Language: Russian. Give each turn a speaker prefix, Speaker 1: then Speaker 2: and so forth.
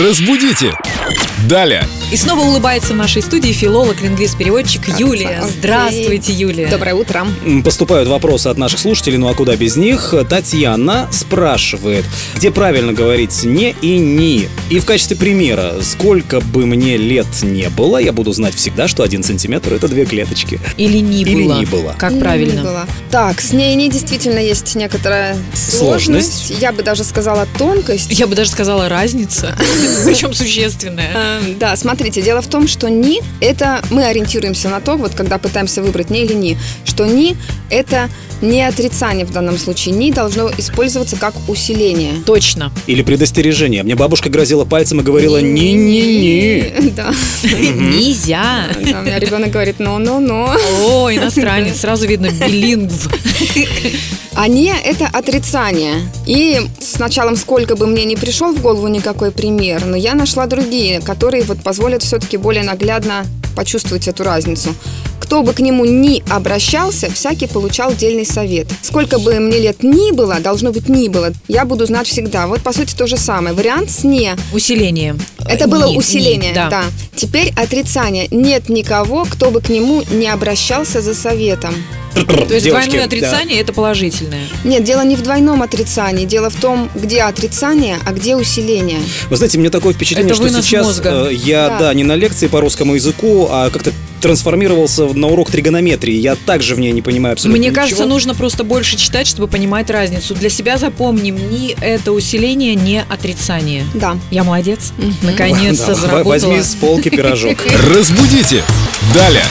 Speaker 1: Разбудите! Далее!
Speaker 2: И снова улыбается в нашей студии филолог, лингвист-переводчик Юлия.
Speaker 3: Окей.
Speaker 2: Здравствуйте, Юлия.
Speaker 3: Доброе утро.
Speaker 4: М, Поступают вопросы от наших слушателей, ну а куда без них. Татьяна спрашивает, где правильно говорить «не» и «ни». И в качестве примера, сколько бы мне лет не было, я буду знать всегда, что один сантиметр – это две клеточки.
Speaker 2: Или не
Speaker 4: Или
Speaker 2: было.
Speaker 4: «ни» было.
Speaker 2: Как
Speaker 3: Не
Speaker 2: правильно?
Speaker 3: было. Так, с ней не действительно есть некоторая сложность.
Speaker 4: Сложность.
Speaker 3: Я бы даже сказала тонкость.
Speaker 2: Я бы даже сказала разница, причем существенная.
Speaker 3: Эм, Да, смотрите, дело в том, что ни это мы ориентируемся на то, вот когда пытаемся выбрать не или ни, что ни это не отрицание в данном случае, ни должно использоваться как усиление.
Speaker 2: Точно.
Speaker 4: Или предостережение. Мне бабушка грозила пальцем и говорила «ни-ни-ни».
Speaker 3: Да,
Speaker 2: Нельзя.
Speaker 3: да, у меня ребенок говорит, но, но, но.
Speaker 2: О, иностранец, сразу видно, билингв.
Speaker 3: А не – это отрицание. И с началом сколько бы мне не пришел в голову никакой пример, но я нашла другие, которые вот позволят все-таки более наглядно почувствовать эту разницу. Кто бы к нему ни обращался, всякий получал дельный совет. Сколько бы мне лет ни было, должно быть ни было, я буду знать всегда. Вот, по сути, то же самое. Вариант с «не».
Speaker 2: Усиление.
Speaker 3: Это было
Speaker 2: Ни, ни,
Speaker 3: усиление,
Speaker 2: да.
Speaker 3: да. Теперь отрицание. Нет никого, кто бы к нему не обращался за советом.
Speaker 2: То есть
Speaker 4: Девочки,
Speaker 2: двойное
Speaker 4: да.
Speaker 2: отрицание – это положительное.
Speaker 3: Нет, дело не в двойном отрицании. Дело в том, где отрицание, а где усиление.
Speaker 4: Вы знаете, мне такое впечатление,
Speaker 2: Это
Speaker 4: что
Speaker 2: вынос
Speaker 4: сейчас
Speaker 2: мозга.
Speaker 4: э, я,
Speaker 3: Да.
Speaker 4: да. не на лекции по русскому языку, а как-то трансформировался в- на урок тригонометрии. Я также в ней не понимаю абсолютно
Speaker 2: Мне
Speaker 4: ничего.
Speaker 2: кажется, нужно просто больше читать, чтобы понимать разницу. Для себя запомним, ни это усиление, не отрицание.
Speaker 3: Да.
Speaker 2: Я молодец.
Speaker 3: Мгм.
Speaker 2: Наконец-то
Speaker 4: Да,
Speaker 2: заработала.
Speaker 4: Возьми с полки пирожок.
Speaker 1: Разбудите! Далее!